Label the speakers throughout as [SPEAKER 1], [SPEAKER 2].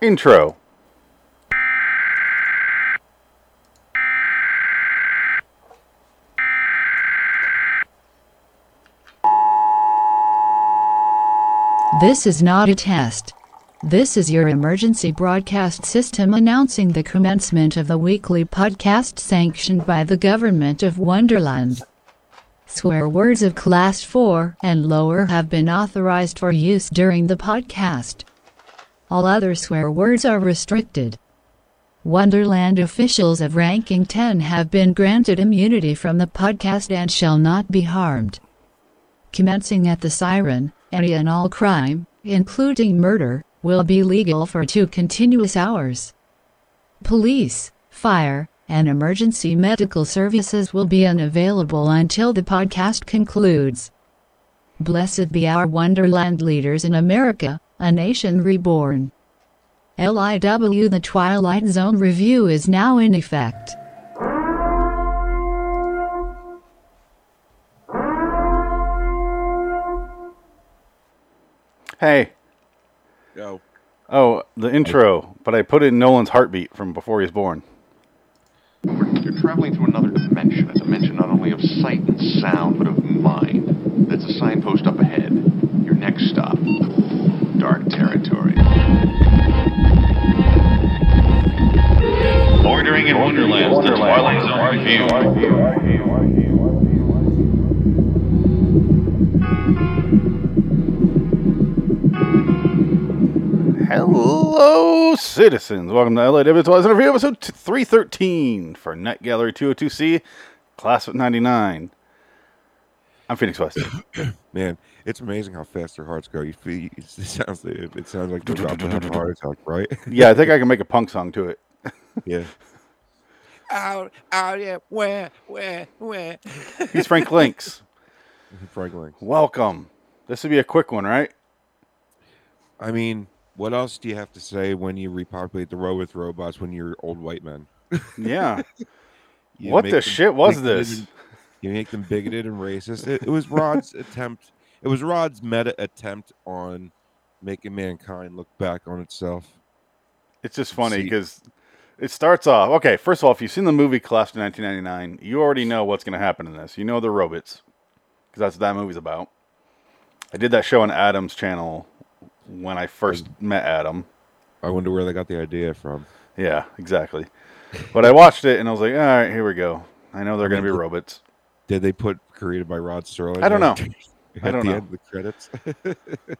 [SPEAKER 1] Intro.
[SPEAKER 2] This is not a test. This is your emergency broadcast system announcing the commencement of the weekly podcast sanctioned by the government of Wonderland. Swear words of class 4 and lower have been authorized for use during the podcast. All other swear words are restricted. Wonderland officials of ranking 10 have been granted immunity from the podcast and shall not be harmed commencing at the siren, any and all crime, including murder, will be legal for two continuous hours. Police, fire, and emergency medical services will be unavailable until the podcast concludes. Blessed be our Wonderland leaders in America, a nation reborn. LIW The Twilight Zone review is now in effect.
[SPEAKER 1] Hey.
[SPEAKER 3] Yo,
[SPEAKER 1] Oh, the intro. But I put in Nolan's heartbeat from before he was born.
[SPEAKER 4] We're, you're traveling through another dimension, a dimension not only of sight and sound, but of mind. That's a signpost up ahead. Your next stop, dark territory.
[SPEAKER 5] Bordering in Wonderland, the Twilight Zone review.
[SPEAKER 1] Hello, citizens. Welcome to LAW Twilight Interview, episode t- 313 for Night Gallery 202C, Class of 99. I'm Phoenix West.
[SPEAKER 3] man, it's amazing how fast their hearts go. You feel it sounds it, it sounds like they're about to have a heart attack, right?
[SPEAKER 1] yeah, I think I can make a punk song to it.
[SPEAKER 3] yeah. Out, out, yeah, where, where, where?
[SPEAKER 1] He's Frank Links.
[SPEAKER 3] Franklin.
[SPEAKER 1] Welcome. This would be a quick one, right?
[SPEAKER 3] I mean, what else do you have to say when you repopulate the row with robots when you're old white men?
[SPEAKER 1] Yeah.
[SPEAKER 3] You
[SPEAKER 1] what
[SPEAKER 3] make
[SPEAKER 1] the
[SPEAKER 3] them
[SPEAKER 1] shit was
[SPEAKER 3] bigoted
[SPEAKER 1] this?
[SPEAKER 3] and- You make them bigoted and racist. It, it was Rod's attempt. It was Rod's meta attempt on making mankind look back on itself.
[SPEAKER 1] It's just funny
[SPEAKER 3] See-
[SPEAKER 1] because it starts off. Okay, first of all, if you've seen the movie Collapse in 1999, you already know what's going to happen in this. You know the robots because that's what that movie's about. I did that show on Adam's channel when I first met Adam.
[SPEAKER 3] I wonder where they got the idea from.
[SPEAKER 1] Yeah, exactly. But I watched it and I was like, all right, here we go. I know they're going to be robots.
[SPEAKER 3] Did they put created by Rod Sterling?
[SPEAKER 1] I don't know.
[SPEAKER 3] At
[SPEAKER 1] I don't
[SPEAKER 3] the
[SPEAKER 1] know.
[SPEAKER 3] end of the credits.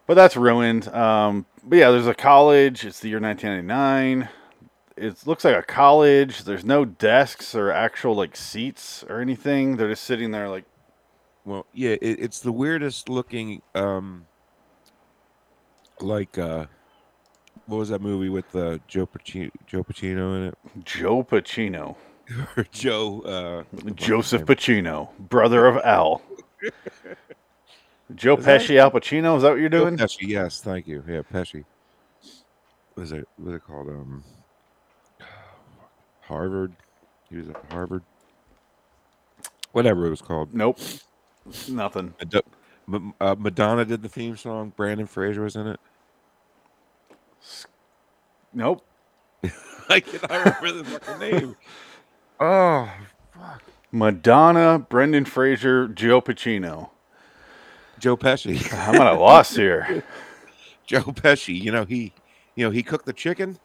[SPEAKER 1] But that's ruined. Um, but yeah, there's a college. It's the year 1999. It looks like a college. There's no desks or actual like seats or anything. They're just sitting there like
[SPEAKER 3] well, yeah, it, it's the weirdest looking. um Like, uh what was that movie with uh, Joe Pacino? Joe Pacino in it?
[SPEAKER 1] Joe Pacino,
[SPEAKER 3] Or Joe? Uh, what the fuck's his
[SPEAKER 1] Joseph
[SPEAKER 3] name?
[SPEAKER 1] Pacino, brother of Al. Joe
[SPEAKER 3] Is that-
[SPEAKER 1] Pesci, Al Pacino. Is that what you're
[SPEAKER 3] Joe
[SPEAKER 1] doing?
[SPEAKER 3] Pesci, yes, thank you. Yeah, Pesci. Was it was it called um Harvard? He was at Harvard. Whatever it was called.
[SPEAKER 1] Nope, nothing.
[SPEAKER 3] Mad- M- uh, Madonna did the theme song. Brandon Fraser was in it.
[SPEAKER 1] Nope.
[SPEAKER 3] I cannot remember the fucking name. Oh,
[SPEAKER 1] Madonna, Brendan Fraser, Joe Pacino.
[SPEAKER 3] Joe Pesci.
[SPEAKER 1] I'm at a loss here.
[SPEAKER 3] Joe Pesci. You know he, you know he cooked the chicken.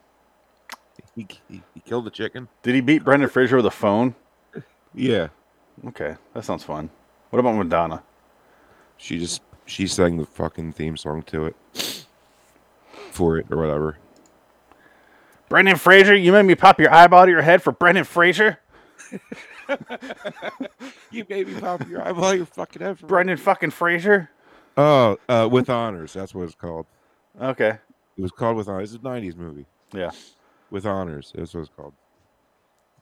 [SPEAKER 3] He he, he killed the chicken.
[SPEAKER 1] Did he beat Brendan Fraser with a phone?
[SPEAKER 3] Yeah.
[SPEAKER 1] Okay, that sounds fun. What about Madonna?
[SPEAKER 3] She just she sang the fucking theme song to it for it or whatever.
[SPEAKER 1] Brendan Fraser, you made me pop your eyeball to your head for Brendan Fraser?
[SPEAKER 3] You made me pop your eyeball, your fucking head.
[SPEAKER 1] Brendan fucking Fraser?
[SPEAKER 3] Oh, uh, with honors. That's what it's called.
[SPEAKER 1] Okay.
[SPEAKER 3] It was called with honors. It's a '90s movie.
[SPEAKER 1] Yeah.
[SPEAKER 3] with honors. That's what it's called.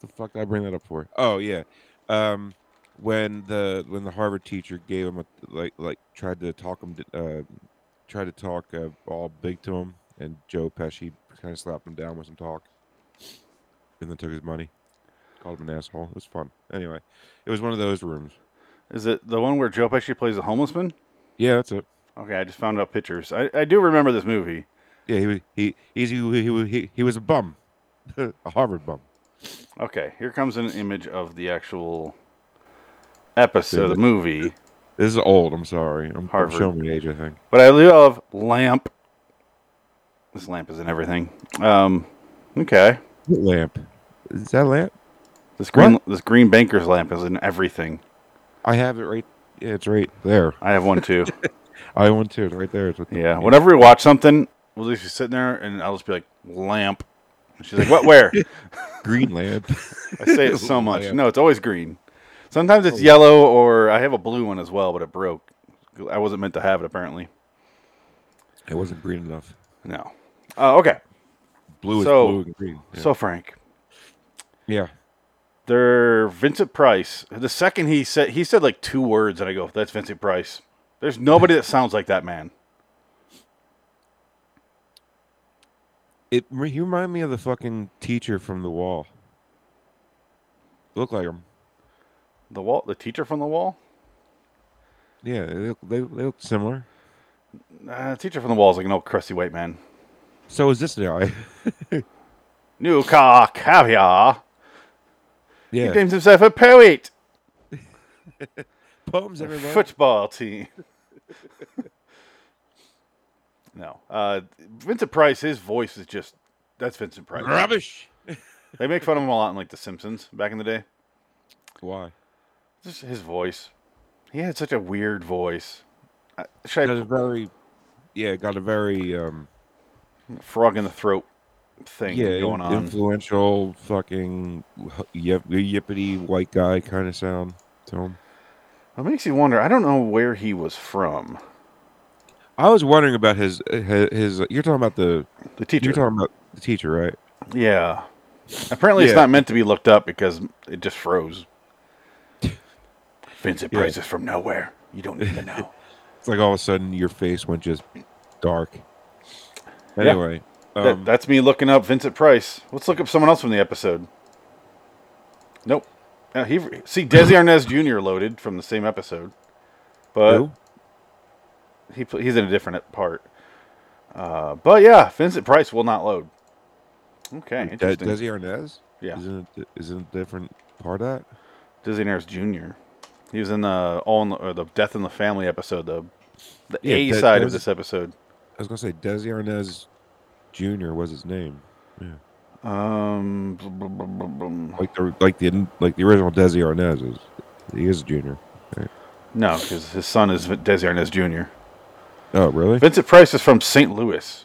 [SPEAKER 3] What the fuck did I bring that up for? Oh yeah, um, when the when the Harvard teacher gave him a like like tried to talk him to, uh, tried to talk uh, all big to him, and Joe Pesci kind of slapped him down with some talk, and then took his money, called him an asshole. It was fun. Anyway, it was one of those rooms.
[SPEAKER 1] Is it the one where Joe Pesci plays a homeless man?
[SPEAKER 3] Yeah, that's it.
[SPEAKER 1] Okay, I just found out pictures. I, I do remember this movie.
[SPEAKER 3] Yeah, he was he he's, he wa- he wa- he he was a bum, a Harvard bum.
[SPEAKER 1] Okay, here comes an image of the actual episode of the movie.
[SPEAKER 3] This is old. I'm sorry. I'm, I'm
[SPEAKER 1] Harvard.
[SPEAKER 3] showing my age. I think.
[SPEAKER 1] But I love lamp. This lamp is in everything. Um, okay.
[SPEAKER 3] What lamp? Is that a lamp?
[SPEAKER 1] This green this green banker's lamp is in everything.
[SPEAKER 3] I have it right. Yeah, it's right there.
[SPEAKER 1] I have one too.
[SPEAKER 3] I want to. It's right there. It's with the-
[SPEAKER 1] yeah. Whenever we watch something, we'll just be sitting there and I'll just be like, lamp. And she's like, What where?
[SPEAKER 3] green lamp.
[SPEAKER 1] I say it so much.
[SPEAKER 3] Lamp.
[SPEAKER 1] No, it's always green. Sometimes it's yellow or I have a blue one as well, but it broke. I wasn't meant to have it apparently.
[SPEAKER 3] it wasn't green enough.
[SPEAKER 1] No. Uh, okay.
[SPEAKER 3] Blue is
[SPEAKER 1] So-
[SPEAKER 3] blue and green. Yeah.
[SPEAKER 1] So Frank,
[SPEAKER 3] yeah.
[SPEAKER 1] They're Vincent Price. The second he said he said like two words, and I go, "That's Vincent Price." There's nobody that sounds like that man.
[SPEAKER 3] It re- he reminded me of the fucking teacher from The Wall. Look like him.
[SPEAKER 1] The wall, the teacher from the wall.
[SPEAKER 3] Yeah, they look, they, they look similar.
[SPEAKER 1] Uh, teacher from the wall is like an old crusty white man.
[SPEAKER 3] So is this guy?
[SPEAKER 1] New car caviar. He
[SPEAKER 3] yeah.
[SPEAKER 1] names himself a poet.
[SPEAKER 3] Poems everywhere.
[SPEAKER 1] Football team. no, uh, Vincent Price. His voice is just that's Vincent Price.
[SPEAKER 3] Rubbish.
[SPEAKER 1] They make fun of him a lot in like The Simpsons back in the day.
[SPEAKER 3] Why?
[SPEAKER 1] Just his voice. He had such a weird voice. Uh, Should
[SPEAKER 3] got
[SPEAKER 1] I
[SPEAKER 3] a very yeah got a very um
[SPEAKER 1] frog in the throat thing
[SPEAKER 3] yeah
[SPEAKER 1] going
[SPEAKER 3] in-
[SPEAKER 1] on.
[SPEAKER 3] influential fucking h- yip, yippity white guy kind of sound to him
[SPEAKER 1] It makes you wonder. I don't know where he was from.
[SPEAKER 3] i was wondering about his his, his you're talking about the
[SPEAKER 1] The teacher.
[SPEAKER 3] you're talking about the teacher right
[SPEAKER 1] yeah. Apparently, it's
[SPEAKER 3] Yeah.
[SPEAKER 1] not meant to be looked up because it just froze. Vincent
[SPEAKER 3] Yeah.
[SPEAKER 1] Price is from nowhere. You don't need to know.
[SPEAKER 3] it's like all of a sudden your face went just dark
[SPEAKER 1] Yeah.
[SPEAKER 3] anyway
[SPEAKER 1] That-
[SPEAKER 3] um,
[SPEAKER 1] that's me looking up Vincent Price. Let's look up someone else from the episode. Nope. Uh, he see Desi Arnaz Jr. loaded from the same episode, but
[SPEAKER 3] who?
[SPEAKER 1] he pl- he's in a different part. Uh, but yeah, Vincent Price will not load. Okay,
[SPEAKER 3] De-
[SPEAKER 1] interesting.
[SPEAKER 3] desi arnaz
[SPEAKER 1] Yeah.
[SPEAKER 3] isn't it isn't it a different part of that
[SPEAKER 1] Dizzy Nares Jr. He was in the All in the, or the Death in the Family episode, the the
[SPEAKER 3] Yeah,
[SPEAKER 1] A
[SPEAKER 3] that-
[SPEAKER 1] side
[SPEAKER 3] that
[SPEAKER 1] of
[SPEAKER 3] was-
[SPEAKER 1] this episode.
[SPEAKER 3] i was gonna say desi arnaz jr was his name
[SPEAKER 1] Um, blum, blum, blum, blum, blum.
[SPEAKER 3] like the like the like the original Desi Arnaz is he is a junior.
[SPEAKER 1] no, because his son is Vin- Desi Arnaz Jr.
[SPEAKER 3] Oh really?
[SPEAKER 1] Vincent Price is from St. Louis.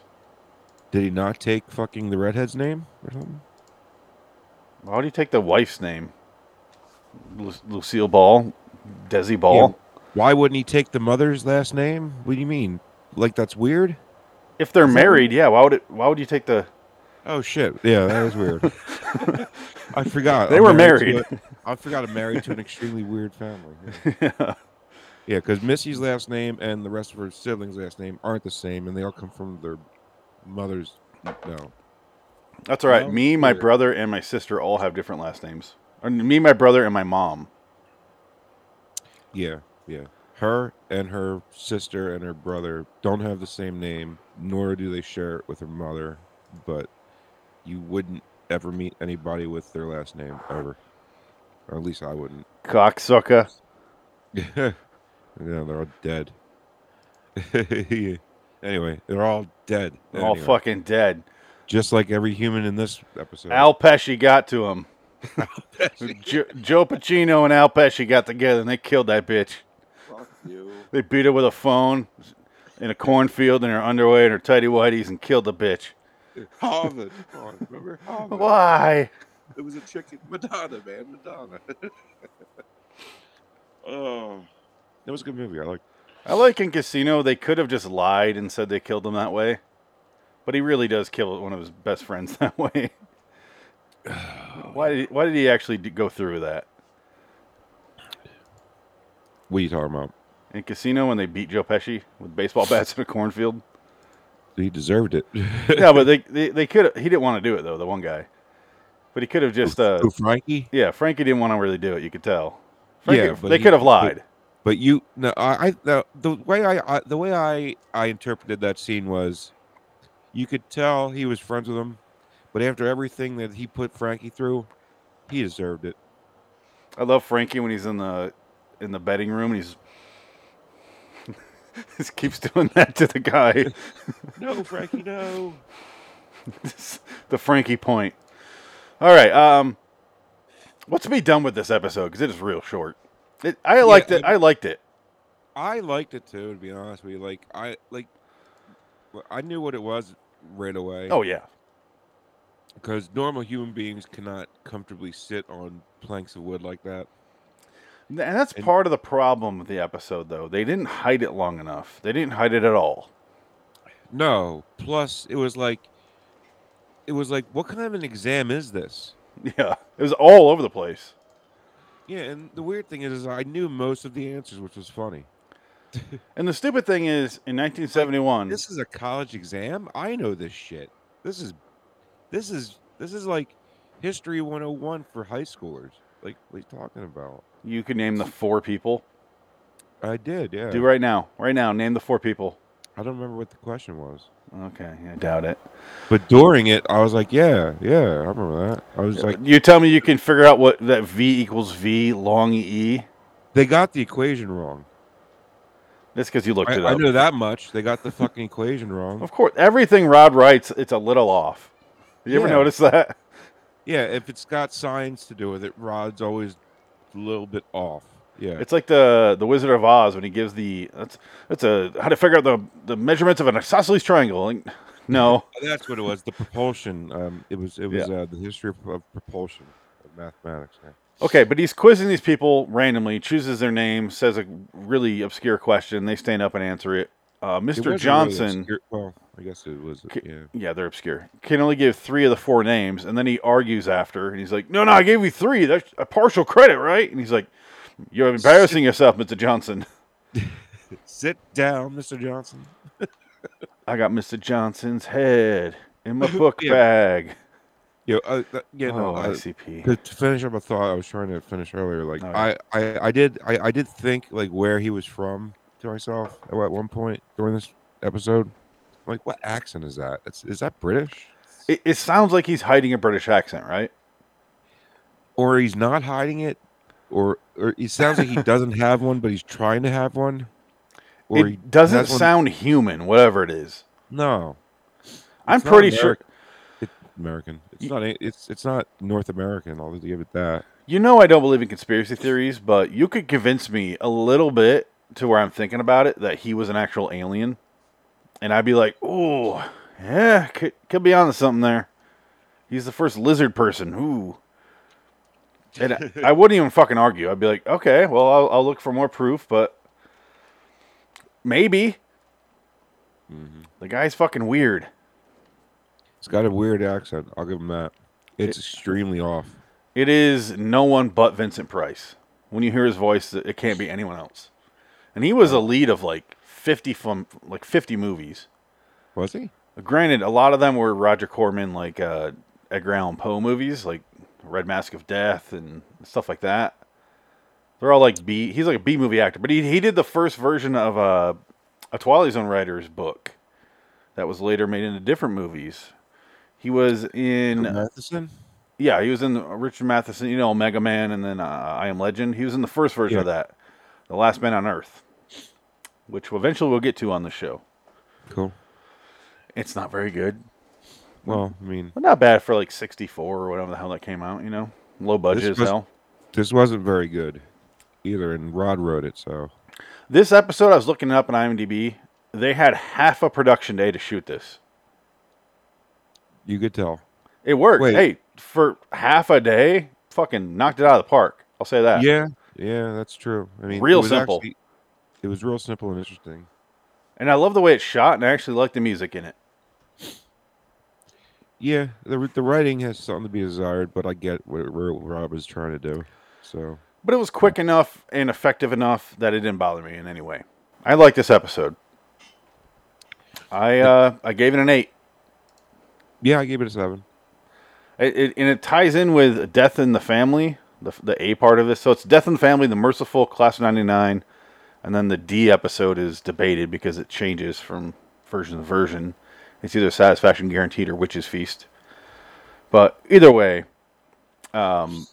[SPEAKER 3] Did he not take fucking the redhead's name or something?
[SPEAKER 1] Why would he take the wife's name? Lu- Lucille Ball, Desi Ball.
[SPEAKER 3] Yeah. Why wouldn't he take the mother's last name? What do you mean? Like that's weird?
[SPEAKER 1] If they're
[SPEAKER 3] that-
[SPEAKER 1] married, yeah. Why would it? Why would you take the?
[SPEAKER 3] Oh shit! Yeah, that is weird. I forgot
[SPEAKER 1] They
[SPEAKER 3] I'm
[SPEAKER 1] were
[SPEAKER 3] to a- I forgot I'm married to an extremely weird family. Yeah, because Missy's last name and the rest of her siblings' last name aren't the same, and they all come from their mother's. No,
[SPEAKER 1] That's all right.
[SPEAKER 3] No,
[SPEAKER 1] me, my
[SPEAKER 3] weird.
[SPEAKER 1] brother, and my sister all have different last names. Or me, my brother, and my mom.
[SPEAKER 3] Yeah, yeah. Her and her sister and her brother don't have the same name, nor do they share it with her mother. But you wouldn't ever meet anybody with their last name ever, or at least I wouldn't.
[SPEAKER 1] Cocksucker.
[SPEAKER 3] yeah, they're all dead. Anyway, they're all dead.
[SPEAKER 1] They're all
[SPEAKER 3] anyway.
[SPEAKER 1] fucking dead.
[SPEAKER 3] Just like every human in this episode.
[SPEAKER 1] Al Pesci got to him. jo- Joe Pacino and Al Pesci got together and they killed that bitch.
[SPEAKER 4] Fuck you.
[SPEAKER 1] They beat her with a phone in a cornfield in her underwear and her tidy whities and killed the bitch.
[SPEAKER 6] Harvard. Harvard. Remember Harvard?
[SPEAKER 1] Why?
[SPEAKER 6] It was a chicken. Madonna, man. Madonna. oh.
[SPEAKER 3] It was a good movie. I like.
[SPEAKER 1] I like in Casino, they could have just lied and said they killed him that way. But he really does kill one of his best friends that way. why, did, why did he actually d- go through with that?
[SPEAKER 3] What are you talking about?
[SPEAKER 1] In Casino, when they beat Joe Pesci with baseball bats in a cornfield.
[SPEAKER 3] He deserved it.
[SPEAKER 1] no, but they they, they could. He didn't want to do it though. The one guy, but he could have just. Uh,
[SPEAKER 3] Who, Frankie.
[SPEAKER 1] yeah, Frankie didn't want to really do it. You could tell. Frankie,
[SPEAKER 3] Yeah, but
[SPEAKER 1] they
[SPEAKER 3] he-
[SPEAKER 1] could have lied.
[SPEAKER 3] But you no, I, I no, the way I, I the way I I interpreted that scene was You could tell he was friends with him, but after everything that he put Frankie through, he deserved it.
[SPEAKER 1] I love Frankie when he's in the in the betting room and he's just keeps doing that to the guy.
[SPEAKER 3] No, Frankie, no.
[SPEAKER 1] the Frankie point. All right. Um, let's be done with this episode because it is real short. It, I liked it. I liked it.
[SPEAKER 3] I liked it too, to be honest with you. Like I like, well, I knew what it was right away.
[SPEAKER 1] Oh yeah.
[SPEAKER 3] because normal human beings cannot comfortably sit on planks of wood like that.
[SPEAKER 1] And that's
[SPEAKER 3] And-
[SPEAKER 1] part of the problem with the episode, though. They didn't hide it long enough. They didn't hide it at all.
[SPEAKER 3] No. Plus, it was like, it was like, what kind of an exam is this?
[SPEAKER 1] Yeah, it was all over the place.
[SPEAKER 3] Yeah, and the weird thing is, is I knew most of the answers, which was funny.
[SPEAKER 1] And the stupid thing is, in 1971,
[SPEAKER 3] This is a college exam. I know this shit. This is, this is, this is like history 101 for high schoolers. Like, what are you talking about?
[SPEAKER 1] you can name the four people.
[SPEAKER 3] I did, yeah.
[SPEAKER 1] Do right now, right now, name the four people.
[SPEAKER 3] I don't remember what the question was.
[SPEAKER 1] Okay, I doubt it.
[SPEAKER 3] But during it, I was like, yeah, yeah, I remember that. I was like,
[SPEAKER 1] you tell me you can figure out what that V equals V long E.
[SPEAKER 3] they got the equation wrong.
[SPEAKER 1] That's because you looked
[SPEAKER 3] I,
[SPEAKER 1] it
[SPEAKER 3] I
[SPEAKER 1] up.
[SPEAKER 3] know that much. They got the fucking equation wrong.
[SPEAKER 1] Of course, everything Rod writes, it's a little off. You ever
[SPEAKER 3] Yeah.
[SPEAKER 1] notice that?
[SPEAKER 3] Yeah, if it's got science to do with it, Rod's always a little bit off. Yeah,
[SPEAKER 1] It's like the the Wizard of Oz when he gives the that's that's a how to figure out the the measurements of an isosceles triangle. Like, no,
[SPEAKER 3] that's what it was. The propulsion. Um, it was. It was uh, the history of, of propulsion, of mathematics. Yeah.
[SPEAKER 1] okay, but he's quizzing these people randomly, chooses their name, says a really obscure question, they stand up and answer it. Uh,
[SPEAKER 3] It
[SPEAKER 1] Mr.
[SPEAKER 3] wasn't really
[SPEAKER 1] Johnson,
[SPEAKER 3] obscure- well, I guess it was.
[SPEAKER 1] K-
[SPEAKER 3] Yeah.
[SPEAKER 1] yeah, they're obscure. Can only give three of the four names, and then he argues after, and he's like, "No, no, I gave you three. That's a partial credit, right?" And he's like, "You're embarrassing yourself, Mr. Johnson."
[SPEAKER 3] Sit down, Mr. Johnson.
[SPEAKER 1] I got Mr. Johnson's head in my book
[SPEAKER 3] Yeah.
[SPEAKER 1] bag.
[SPEAKER 3] Yeah. Uh, that, yeah.
[SPEAKER 1] oh,
[SPEAKER 3] no. uh,
[SPEAKER 1] ICP.
[SPEAKER 3] to to finish up a thought I was trying to finish earlier, like
[SPEAKER 1] Oh, yeah.
[SPEAKER 3] I, I, I did I, I did think like where he was from to myself at one point during this episode. Like what accent is that? It's, is that British?
[SPEAKER 1] It, it sounds like he's hiding a British accent, right?
[SPEAKER 3] Or he's not hiding it? Or or it sounds like he doesn't have one, but he's trying to have one. Or he
[SPEAKER 1] it doesn't
[SPEAKER 3] has one-
[SPEAKER 1] sound human, whatever it is.
[SPEAKER 3] no.
[SPEAKER 1] I'm
[SPEAKER 3] It's not
[SPEAKER 1] pretty sure.
[SPEAKER 3] Ameri- it's American. It's not a- it's it's not North American, I'll give it that.
[SPEAKER 1] You know, I don't believe in conspiracy theories, but you could convince me a little bit to where I'm thinking about it that he was an actual alien. And I'd be like, ooh, yeah, could, could be onto something there. He's the first lizard person. Ooh. And I, I wouldn't even fucking argue. I'd be like, okay, well, I'll, I'll look for more proof, but maybe. The guy's fucking weird.
[SPEAKER 3] It's got a weird accent. I'll give him that. It's extremely off.
[SPEAKER 1] It is no one but Vincent Price. When you hear his voice, it can't be anyone else. And he was a lead of like fifty from like fifty movies.
[SPEAKER 3] Was he?
[SPEAKER 1] Granted, a lot of them were Roger Corman, like uh, Edgar Allan Poe movies, like Red Mask of Death and stuff like that. They're all like B. He's like a B movie actor, but he he did the first version of uh, a Twilight Zone writer's book that was later made into different movies. He was in
[SPEAKER 3] Matheson?
[SPEAKER 1] yeah, he was in uh, Richard Matheson, you know, Mega Man, and then uh, I Am Legend. He was in the first version of
[SPEAKER 3] Yeah.
[SPEAKER 1] that, The Last Man on Earth, which eventually we'll get to on the show.
[SPEAKER 3] Cool.
[SPEAKER 1] It's not very good,
[SPEAKER 3] Well, I mean,
[SPEAKER 1] but not bad for like '64 or whatever the hell that came out. You know, low budget
[SPEAKER 3] This
[SPEAKER 1] as
[SPEAKER 3] was-
[SPEAKER 1] hell.
[SPEAKER 3] this wasn't very good either, and Rod wrote it, so
[SPEAKER 1] This episode, I was looking it up on IMDb. They had half a production day to shoot this.
[SPEAKER 3] you could tell.
[SPEAKER 1] It worked.
[SPEAKER 3] Wait.
[SPEAKER 1] Hey, for half a day, fucking knocked it out of the park. I'll say that.
[SPEAKER 3] Yeah, yeah, that's true. I mean,
[SPEAKER 1] Real
[SPEAKER 3] it was
[SPEAKER 1] simple.
[SPEAKER 3] actually- it was real simple and interesting.
[SPEAKER 1] And I love the way it's shot, and I actually like the music in it.
[SPEAKER 3] Yeah, the the writing has something to be desired, but I get what, what Rob was trying to do. So
[SPEAKER 1] But it was quick enough and effective enough that it didn't bother me in any way. I like this episode. I uh, I gave it an eight,
[SPEAKER 3] yeah, I gave it a seven.
[SPEAKER 1] it, it, and it ties in with Death in the Family, the the A part of this. So it's Death in the Family, the Merciful, Class of '99, and then the D episode is debated because it changes from version to version, It's either Satisfaction Guaranteed or Witch's Feast. But either way, um,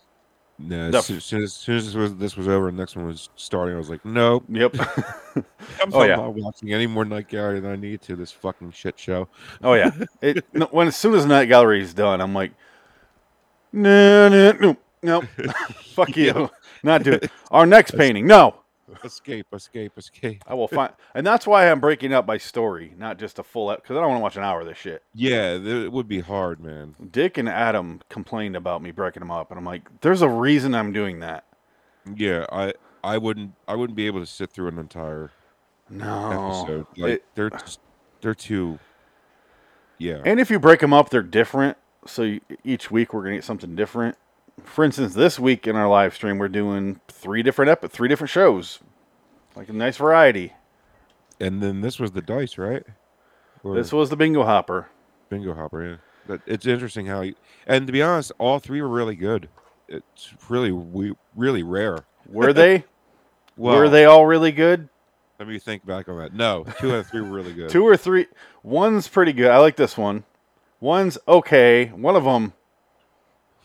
[SPEAKER 3] No,
[SPEAKER 1] No.
[SPEAKER 3] as soon, as soon as, soon as this, was, this was over and the next one was starting, I was like, nope,
[SPEAKER 1] yep.
[SPEAKER 3] I'm
[SPEAKER 1] Oh, yeah.
[SPEAKER 3] not watching any more Night Gallery than I need to this fucking shit show.
[SPEAKER 1] Oh yeah. It no, when as soon as Night Gallery is done, I'm like, no, no, no, no. Fuck you. Not do it. Our next painting. No.
[SPEAKER 3] Escape, escape, escape.
[SPEAKER 1] I will find, and that's why I'm breaking up by story, not just a full, because I don't want to watch an hour of this shit.
[SPEAKER 3] Yeah, th- it would be hard, man.
[SPEAKER 1] Dick and Adam complained about me breaking them up, and I'm like, there's a reason I'm doing that.
[SPEAKER 3] Yeah, I I wouldn't I wouldn't be able to sit through an entire
[SPEAKER 1] No.
[SPEAKER 3] episode. Like
[SPEAKER 1] Oh, It-
[SPEAKER 3] they're just, they're too. Yeah,
[SPEAKER 1] And if you break them up, they're different. So you, each week we're gonna get something different. For instance, this week in our live stream, we're doing three different ep- three different shows, like a nice variety.
[SPEAKER 3] and then this was the dice, right? Or
[SPEAKER 1] This was the bingo hopper.
[SPEAKER 3] bingo hopper. Yeah, but it's interesting how. You, and to be honest, all three were really good. It's really we really rare.
[SPEAKER 1] Were they?
[SPEAKER 3] Well,
[SPEAKER 1] Were they all really good?
[SPEAKER 3] Let me think back on that. No, two out of three were really good.
[SPEAKER 1] Two or three? One's pretty good. I like this one. One's okay. One of them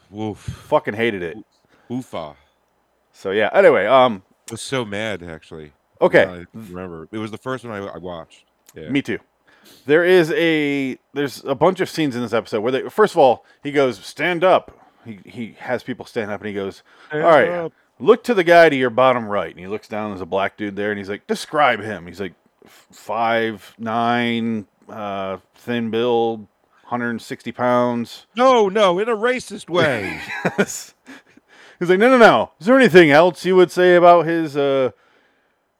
[SPEAKER 3] Woof.
[SPEAKER 1] fucking hated it.
[SPEAKER 3] Oofa.
[SPEAKER 1] So yeah. Anyway, um,
[SPEAKER 3] I was so mad actually.
[SPEAKER 1] okay.
[SPEAKER 3] Now I remember it was the first one I, I watched. Yeah.
[SPEAKER 1] Me too. There is a there's a bunch of scenes in this episode where they first of all he goes stand up. He he has people stand up and he goes,
[SPEAKER 3] Stand
[SPEAKER 1] all right,
[SPEAKER 3] up."
[SPEAKER 1] look to the guy to your bottom right. And he looks down. There's a black dude there, and he's like, describe him. He's like "F- five nine, uh, thin build, 160 pounds.
[SPEAKER 3] No, no, in a racist way.
[SPEAKER 1] he's like, no no no. Is there anything else you would say about his uh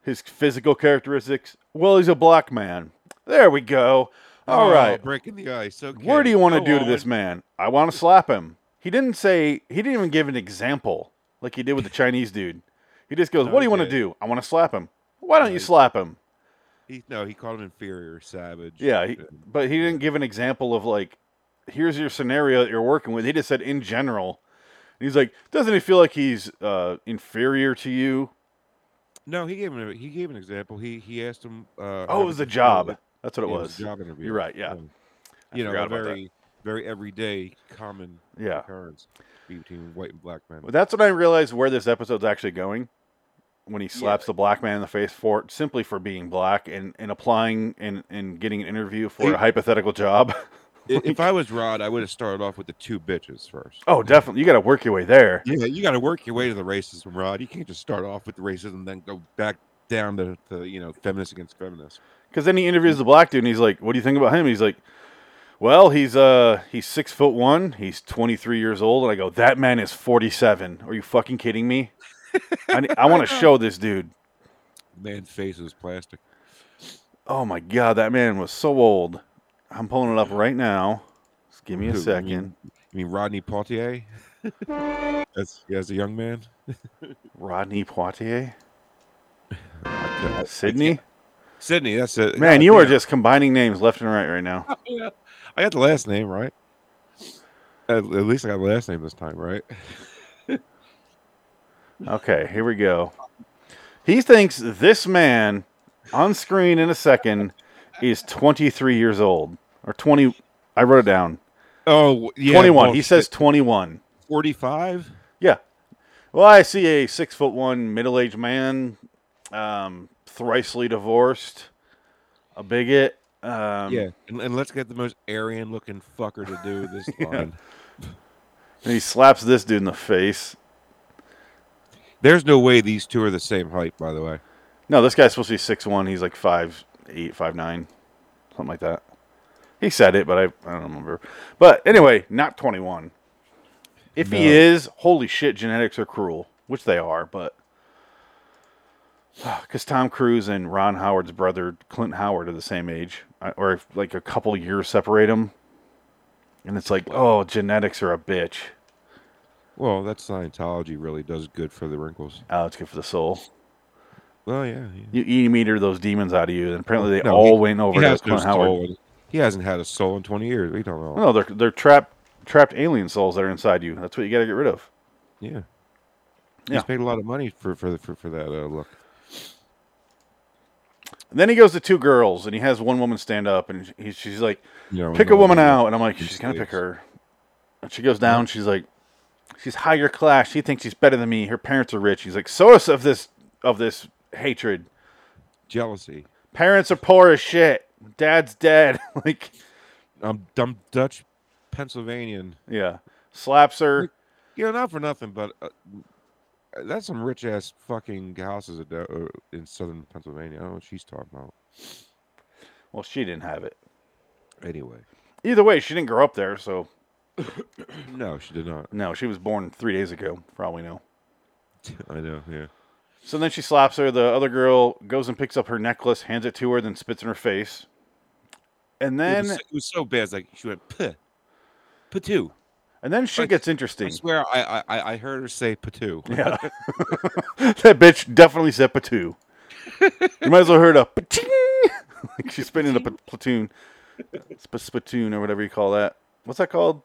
[SPEAKER 1] his physical characteristics? Well, he's a black man. There we go. All
[SPEAKER 3] Oh,
[SPEAKER 1] right.
[SPEAKER 3] breaking the ice. Okay.
[SPEAKER 1] What do you want to
[SPEAKER 3] Go
[SPEAKER 1] do to
[SPEAKER 3] on.
[SPEAKER 1] this man? I want to slap him. He didn't say, he didn't even give an example like he did with the Chinese dude. He just goes,
[SPEAKER 3] No,
[SPEAKER 1] What do
[SPEAKER 3] he
[SPEAKER 1] you want to
[SPEAKER 3] did.
[SPEAKER 1] do? I want to slap him. Why don't
[SPEAKER 3] No,
[SPEAKER 1] you
[SPEAKER 3] he-
[SPEAKER 1] slap him?
[SPEAKER 3] He, no, he called him inferior, savage.
[SPEAKER 1] Yeah. He,
[SPEAKER 3] and-
[SPEAKER 1] but he didn't give an example of like, here's your scenario that you're working with. He just said, in general. And he's like, doesn't it feel like he's uh, inferior to you?
[SPEAKER 3] no, he gave him. A, he gave an example. He he asked him. Uh,
[SPEAKER 1] Oh, it was a job. That's what it was.
[SPEAKER 3] a job interview. Um,
[SPEAKER 1] You're right, yeah. I
[SPEAKER 3] You know,
[SPEAKER 1] forgot
[SPEAKER 3] a
[SPEAKER 1] about that.
[SPEAKER 3] very very everyday common
[SPEAKER 1] Yeah.
[SPEAKER 3] occurrence between white and black men.
[SPEAKER 1] Well, that's when I realized where this episode's actually going. When he slaps the black man in the face for simply for being black and, and applying and, and getting an interview for a
[SPEAKER 3] He-
[SPEAKER 1] hypothetical job.
[SPEAKER 3] I- if I was Rod, I would have started off with the two bitches first.
[SPEAKER 1] Oh, definitely. You got to work your way there.
[SPEAKER 3] Yeah, you got to work your way to the racism, Rod. You can't just start off with the racism and then go back down to, to you know feminist against feminist.
[SPEAKER 1] Because then he interviews the black dude and he's like, What do you think about him? He's like, Well, he's uh he's six foot one, he's twenty three years old, and I go, That man is forty seven. Are you fucking kidding me? I, ne- I want to show this dude.
[SPEAKER 3] Man's face is plastic.
[SPEAKER 1] Oh my god, that man was so old. I'm pulling it up right now. Just give me a
[SPEAKER 3] Who, you
[SPEAKER 1] second.
[SPEAKER 3] You mean Rodney Poitier? as, as a young man,
[SPEAKER 1] Rodney Poitier?
[SPEAKER 3] I ca- I-
[SPEAKER 1] Sydney?
[SPEAKER 3] Sydney. That's it.
[SPEAKER 1] Man,
[SPEAKER 3] God
[SPEAKER 1] you are
[SPEAKER 3] damn,
[SPEAKER 1] just combining names left and right right now.
[SPEAKER 3] I got the last name right. At, at least I got the last name this time, right?
[SPEAKER 1] Okay, here we go. He thinks this man on screen in a second is 23 years old or 20. I wrote it down.
[SPEAKER 3] Oh, yeah.
[SPEAKER 1] 21. He
[SPEAKER 3] bullshit.
[SPEAKER 1] says 21.
[SPEAKER 3] forty-five.
[SPEAKER 1] Yeah. Well, I see a six foot one middle aged man, um, thricely divorced, a bigot. Um,
[SPEAKER 3] yeah, and, and let's get the most Aryan looking fucker to do this line.
[SPEAKER 1] And he slaps this dude in the face.
[SPEAKER 3] There's no way these two are the same height, by the way.
[SPEAKER 1] No, this guy's supposed to be six one. He's like five eight, five nine, something like that. He said it, but I, I don't remember. But anyway, not twenty one. If he
[SPEAKER 3] No.
[SPEAKER 1] is, holy shit, genetics are cruel, which they are. But because Tom Cruise and Ron Howard's brother Clint Howard are the same age, I- or if like a couple years separate them, and it's like, oh, genetics are a bitch.
[SPEAKER 3] Well, that Scientology really does good for the wrinkles.
[SPEAKER 1] Oh, it's good for the soul.
[SPEAKER 3] Well, yeah. yeah.
[SPEAKER 1] You eat meter those demons out of you, and apparently they
[SPEAKER 3] No,
[SPEAKER 1] all
[SPEAKER 3] he-
[SPEAKER 1] went over
[SPEAKER 3] he,
[SPEAKER 1] to
[SPEAKER 3] has no
[SPEAKER 1] Clint Howard.
[SPEAKER 3] soul. he hasn't had a soul in 20 years. We don't know.
[SPEAKER 1] No, they're they're trapped trapped alien souls that are inside you. That's what you got to get rid of.
[SPEAKER 3] Yeah.
[SPEAKER 1] Yeah.
[SPEAKER 3] He's paid a lot of money for for for, for that uh, look.
[SPEAKER 1] And then he goes to two girls, and he has one woman stand up, and he, she's like,
[SPEAKER 3] You know,
[SPEAKER 1] pick a
[SPEAKER 3] no,
[SPEAKER 1] woman
[SPEAKER 3] no.
[SPEAKER 1] out, and I'm like, she's gonna pick
[SPEAKER 3] Mistakes.
[SPEAKER 1] her. And she goes down. She's like, she's higher class. She thinks she's better than me. Her parents are rich. He's like, source of this of this hatred.
[SPEAKER 3] Jealousy.
[SPEAKER 1] Parents are poor as shit. Dad's dead. like,
[SPEAKER 3] I'm dumb Dutch Pennsylvanian.
[SPEAKER 1] yeah, slaps her.
[SPEAKER 3] You know, not for nothing, but uh, that's some rich ass fucking houses at that- uh, in southern Pennsylvania. I don't know what she's talking about.
[SPEAKER 1] Well, she didn't have it.
[SPEAKER 3] Anyway,
[SPEAKER 1] Either way, she didn't grow up there, so
[SPEAKER 3] no, she did not.
[SPEAKER 1] no, she was born three days ago, probably no.
[SPEAKER 3] I know. Yeah.
[SPEAKER 1] So then she slaps her. The other girl goes and picks up her necklace, hands it to her, then spits in her face. And
[SPEAKER 3] It
[SPEAKER 1] then,
[SPEAKER 3] was, so- it was so bad. It's like she went puh, patu.
[SPEAKER 1] and then she
[SPEAKER 3] like,
[SPEAKER 1] gets
[SPEAKER 3] I
[SPEAKER 1] interesting.
[SPEAKER 3] swear, I I- I, I heard her say patu.
[SPEAKER 1] Yeah. that bitch definitely said platoon. You might as well heard a pating. like she's spinning a pl- platoon. Sp- spittoon or whatever you call that. What's that called?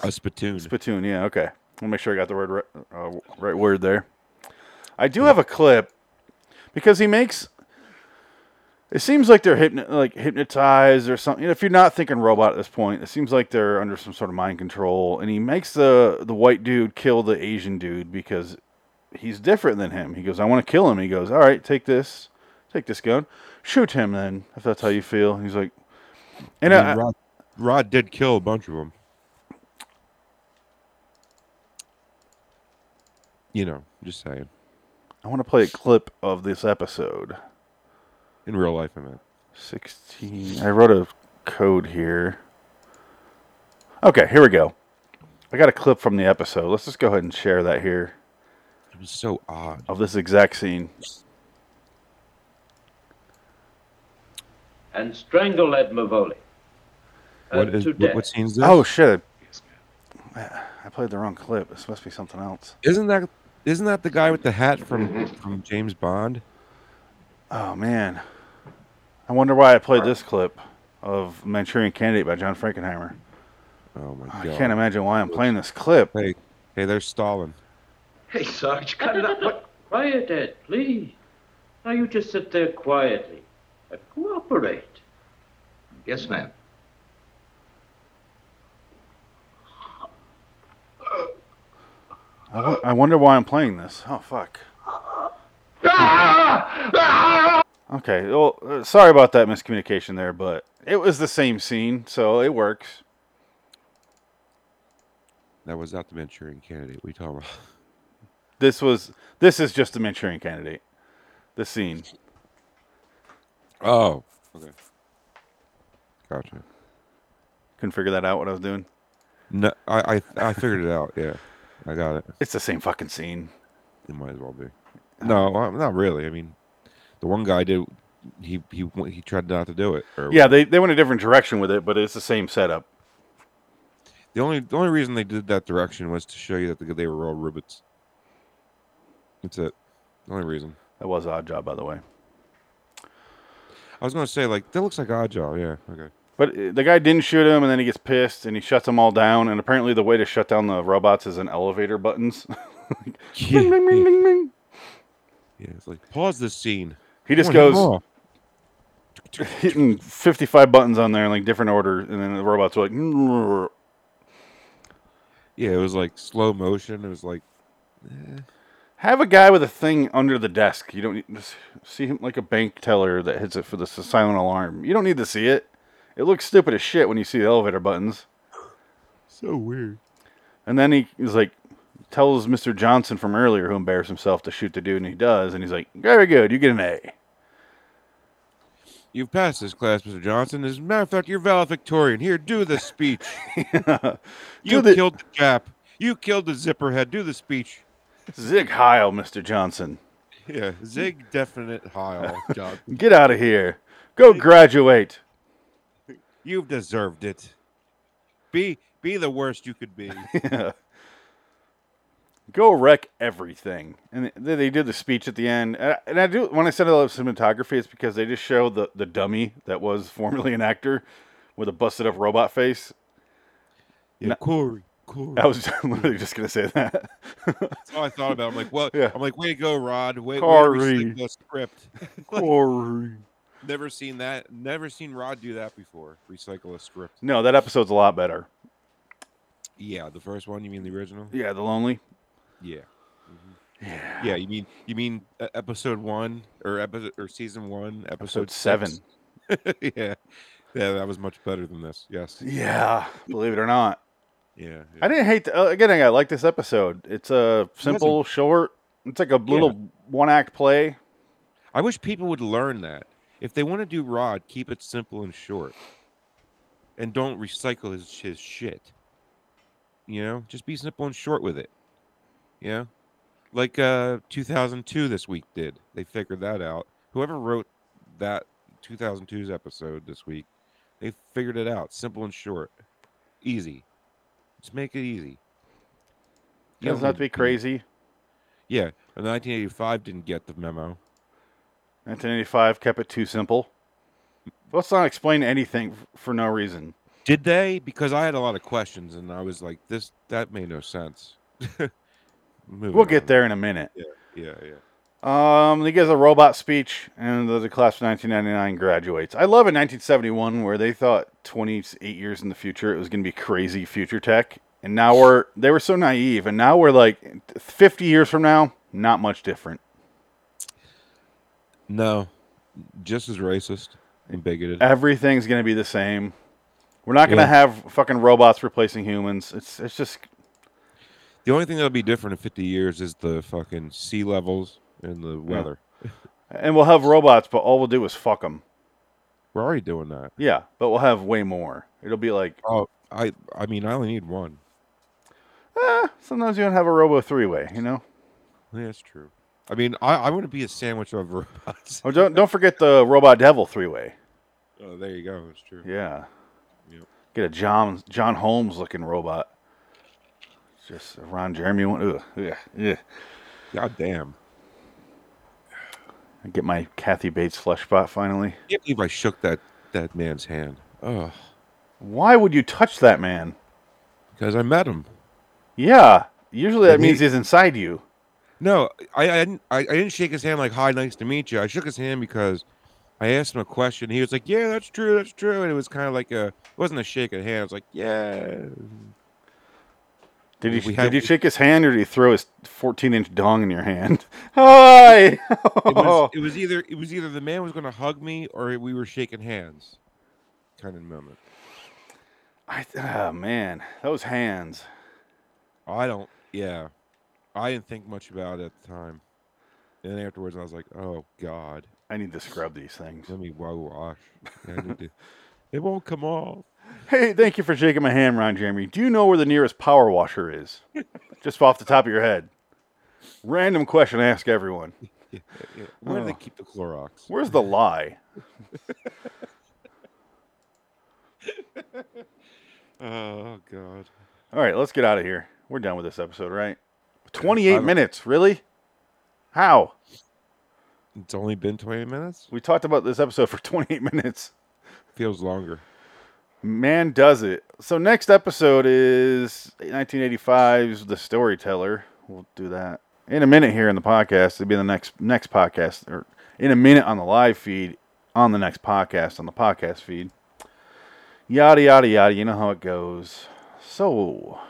[SPEAKER 3] A spittoon.
[SPEAKER 1] Spittoon. Yeah, okay. I'll make sure I got the word right, uh, right word there. I do have a clip because he makes. It seems like they're hypno- like hypnotized or something. If you're not thinking robot at this point, it seems like they're under some sort of mind control. And he makes the the white dude kill the Asian dude because he's different than him. He goes, "I want to kill him." He goes, "All right, take this, take this gun, shoot him then if that's how you feel." He's like, and
[SPEAKER 3] I mean,
[SPEAKER 1] I,
[SPEAKER 3] Rod, Rod did kill a bunch of them. You know, just saying.
[SPEAKER 1] I want to play a clip of this episode.
[SPEAKER 3] In real life, I meant.
[SPEAKER 1] 16. I wrote a code here. Okay, here we go. I got a clip from the episode. Let's just go ahead and share that here
[SPEAKER 3] It was so odd.
[SPEAKER 1] of this exact scene.
[SPEAKER 7] and strangle Ed Mavoli. uh,
[SPEAKER 3] What is
[SPEAKER 7] to
[SPEAKER 3] what,
[SPEAKER 7] death.
[SPEAKER 3] what scene is this?
[SPEAKER 1] Oh, shit. I played the wrong clip. This must be something else.
[SPEAKER 3] isn't that isn't that the guy with the hat from from James Bond?
[SPEAKER 1] Oh, man. I wonder why I played this clip of Manchurian Candidate by John Frankenheimer.
[SPEAKER 3] Oh my
[SPEAKER 1] I
[SPEAKER 3] god!
[SPEAKER 1] can't imagine why I'm playing this clip.
[SPEAKER 3] hey, hey, there's Stalin.
[SPEAKER 4] Hey, Sarge,
[SPEAKER 7] Quiet, Ed, please. Now you just sit there quietly and cooperate.
[SPEAKER 4] Yes, ma'am.
[SPEAKER 1] I wo- Oh, I wonder why I'm playing this. Oh fuck. Okay. Well, uh, sorry about that miscommunication there, but it was the same scene, so it works.
[SPEAKER 3] That was not the Manchurian Candidate. We talking about?
[SPEAKER 1] This was this is just the Manchurian Candidate. The scene.
[SPEAKER 3] Oh, okay. Gotcha.
[SPEAKER 1] Couldn't figure that out. What I was doing.
[SPEAKER 3] No, I I, I figured it out. Yeah, I got it.
[SPEAKER 1] It's the same fucking scene.
[SPEAKER 3] It might as well be. No, uh, not really. I mean, the one guy did. He he w- he tried not to do it. Or
[SPEAKER 1] Yeah, they they went a different direction with it, but it's the same setup.
[SPEAKER 3] The only the only reason they did that direction was to show you that they were all rivets. That's it. The only reason.
[SPEAKER 1] That was odd job, by the way.
[SPEAKER 3] I was gonna say like that looks like Oddjaw. Yeah. Okay.
[SPEAKER 1] But uh, the guy didn't shoot him, and then he gets pissed, and he shuts them all down. And apparently, the way to shut down the robots is in elevator buttons.
[SPEAKER 3] Yeah,
[SPEAKER 1] Ding, ding, ding,
[SPEAKER 3] yeah.
[SPEAKER 1] ding, ding.
[SPEAKER 3] Yeah, It's like pause this scene.
[SPEAKER 1] He just
[SPEAKER 3] Come on, hit 'em
[SPEAKER 1] goes.
[SPEAKER 3] all.
[SPEAKER 1] hitting 55 buttons on there in like different order and then the robots are like "Mm-rrr."
[SPEAKER 3] Yeah, it was like slow motion. It was like
[SPEAKER 1] have a guy with a thing under the desk you don't need just see him like a bank teller that hits it for the s- silent alarm you don't need to see it it looks stupid as shit when you see the elevator buttons
[SPEAKER 3] so weird.
[SPEAKER 1] and then he is like tells mr johnson from earlier who embarrassed himself to shoot the dude and he does and he's like very good you get an a
[SPEAKER 3] You've passed this class, Mr. Johnson. As a matter of fact, you're valedictorian. Here, do the speech. you
[SPEAKER 1] Do the-
[SPEAKER 3] killed the Jap. You killed the zipperhead. Do the speech.
[SPEAKER 1] zig heil mr johnson
[SPEAKER 3] Yeah, Zig definite Heil. John.
[SPEAKER 1] get out of here go graduate
[SPEAKER 3] You've deserved it. Be be the worst you could be.
[SPEAKER 1] go wreck everything. And they, they did the speech at the end. And I, and I do when I said I love cinematography, it's because they just show the the dummy that was formerly an actor with a busted up robot face.
[SPEAKER 3] Yeah, Corey. cool.
[SPEAKER 1] I was literally just gonna say that.
[SPEAKER 3] That's all I thought about. I'm like, well,
[SPEAKER 1] Yeah.
[SPEAKER 3] I'm like, way to go, Rod. Way, way to
[SPEAKER 1] Corey.
[SPEAKER 3] recycle the script. Like,
[SPEAKER 1] Corey.
[SPEAKER 3] never seen that. Never seen Rod do that before. Recycle a script.
[SPEAKER 1] No, that episode's a lot better.
[SPEAKER 3] Yeah, the first one. You mean the original?
[SPEAKER 1] Yeah, the lonely.
[SPEAKER 3] Yeah.
[SPEAKER 1] Yeah.
[SPEAKER 3] Yeah, you mean you mean uh, episode one or episode or season one,
[SPEAKER 1] Episode
[SPEAKER 3] episode,
[SPEAKER 1] seven.
[SPEAKER 3] six? yeah, yeah, that was much better than this. Yes, yeah,
[SPEAKER 1] Yeah. Believe it or not,
[SPEAKER 3] yeah.
[SPEAKER 1] I didn't hate. The, uh, again, I like this episode. It's a simple, short. It's like a little one-act play.
[SPEAKER 3] I wish people would learn that. If they want to do Rod, keep it simple and short, and don't recycle his his shit. You know, just be simple and short with it. Yeah, like uh, 2002 this week did. They figured that out. Whoever wrote that 2002's episode this week, they figured it out. Simple and short, easy. Just make it easy.
[SPEAKER 1] It
[SPEAKER 3] You
[SPEAKER 1] doesn't
[SPEAKER 3] don't
[SPEAKER 1] have to be
[SPEAKER 3] need-
[SPEAKER 1] crazy.
[SPEAKER 3] Yeah, and 1985 didn't get the memo.
[SPEAKER 1] 1985 kept it too simple. Let's not explain anything f- for no reason.
[SPEAKER 3] Did they? Because I had a lot of questions, and I was like, "This that made no sense." Moving
[SPEAKER 1] We'll get
[SPEAKER 3] on.
[SPEAKER 1] there in a minute.
[SPEAKER 3] Yeah, yeah.
[SPEAKER 1] Um, he gives a robot speech, and the, the class of 1999 graduates. I love in 1971 where they thought 28 years in the future it was going to be crazy future tech, and now we're they were so naive, and now we're like 50 years from now, not much different.
[SPEAKER 3] No, just as racist and bigoted.
[SPEAKER 1] Everything's going to be the same. We're not going to
[SPEAKER 3] Yeah.
[SPEAKER 1] have fucking robots replacing humans. It's it's just
[SPEAKER 3] The only thing that'll be different in 50 years is the fucking sea levels and the weather.
[SPEAKER 1] and we'll have robots, but all we'll do is fuck them.
[SPEAKER 3] We're already doing that.
[SPEAKER 1] Yeah, but we'll have way more. It'll be like
[SPEAKER 3] Oh, I I mean, I only need one.
[SPEAKER 1] eh, sometimes you don't have a Robo three way, you know.
[SPEAKER 3] Yeah, that's true. I mean, I, I want to be a sandwich of robots.
[SPEAKER 1] Oh, don't don't forget the Robot Devil three way.
[SPEAKER 3] Oh, there you go. That's true.
[SPEAKER 1] Yeah.
[SPEAKER 3] Yep.
[SPEAKER 1] Get a John John Holmes looking robot. Just a Ron Jeremy one. Ugh, ugh, ugh.
[SPEAKER 3] God damn.
[SPEAKER 1] I get my Kathy Bates flesh spot finally.
[SPEAKER 3] I can't believe I shook that that man's hand. Oh,
[SPEAKER 1] Why would you touch that man?
[SPEAKER 3] because I met him.
[SPEAKER 1] Yeah. Usually that
[SPEAKER 3] And he-
[SPEAKER 1] means he's inside you.
[SPEAKER 3] No, I I didn't, I I didn't shake his hand like "Hi, nice to meet you." I shook his hand because I asked him a question. He was like, "Yeah, that's true, that's true," and it was kind of like a it wasn't a shake of the hand. I was like, "Yeah."
[SPEAKER 1] Did you
[SPEAKER 3] We
[SPEAKER 1] did
[SPEAKER 3] have-
[SPEAKER 1] you shake his hand or did he throw his fourteen inch dong in your hand? Hi.
[SPEAKER 3] It was, it was either it was either the man was going to hug me or we were shaking hands, kind of moment.
[SPEAKER 1] I th- oh man, those hands.
[SPEAKER 3] I don't. Yeah, I didn't think much about it at the time. And then afterwards, I was like, "Oh God,
[SPEAKER 1] I need to scrub these things.
[SPEAKER 3] let me wa- wash." I need to- it won't come off.
[SPEAKER 1] Hey, thank you for shaking my hand, Ron Jeremy. Do you know where the nearest power washer is? Just off the top of your head. Random question I ask everyone.
[SPEAKER 3] Yeah, Where do they
[SPEAKER 1] Oh.
[SPEAKER 3] keep the Clorox?
[SPEAKER 1] Where's the lie?
[SPEAKER 3] Oh God.
[SPEAKER 1] All right, let's get out of here. We're done with this episode, right? 28
[SPEAKER 3] I'm-
[SPEAKER 1] minutes, really? How?
[SPEAKER 3] It's only been 20 minutes?
[SPEAKER 1] We talked about this episode for 28 minutes.
[SPEAKER 3] Feels longer.
[SPEAKER 1] Man does it. So next episode is 1985's The Storyteller. We'll do that in a minute here in the podcast. It'll be the next next podcast or in a minute on the live feed on the next podcast on the podcast feed. Yada yada yada, you know how it goes. So,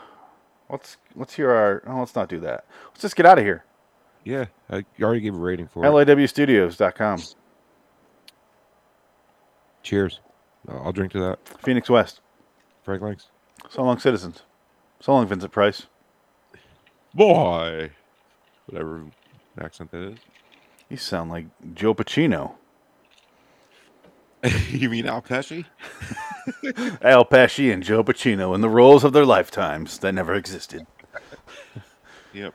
[SPEAKER 1] let's let's hear our oh, let's not do that. Let's just get out of here.
[SPEAKER 3] Yeah, I you already gave a rating for it.
[SPEAKER 1] LAWstudios.com.
[SPEAKER 3] Cheers. Uh, I'll drink to that.
[SPEAKER 1] Phoenix West.
[SPEAKER 3] Frank Lanks.
[SPEAKER 1] So long citizens. So long Vincent Price.
[SPEAKER 3] Boy. Whatever accent that
[SPEAKER 1] You sound like Joe Pacino.
[SPEAKER 3] is. you mean Al Pesci?
[SPEAKER 1] Al Pesci and Joe Pacino in the roles of their lifetimes that never existed.
[SPEAKER 3] Yep.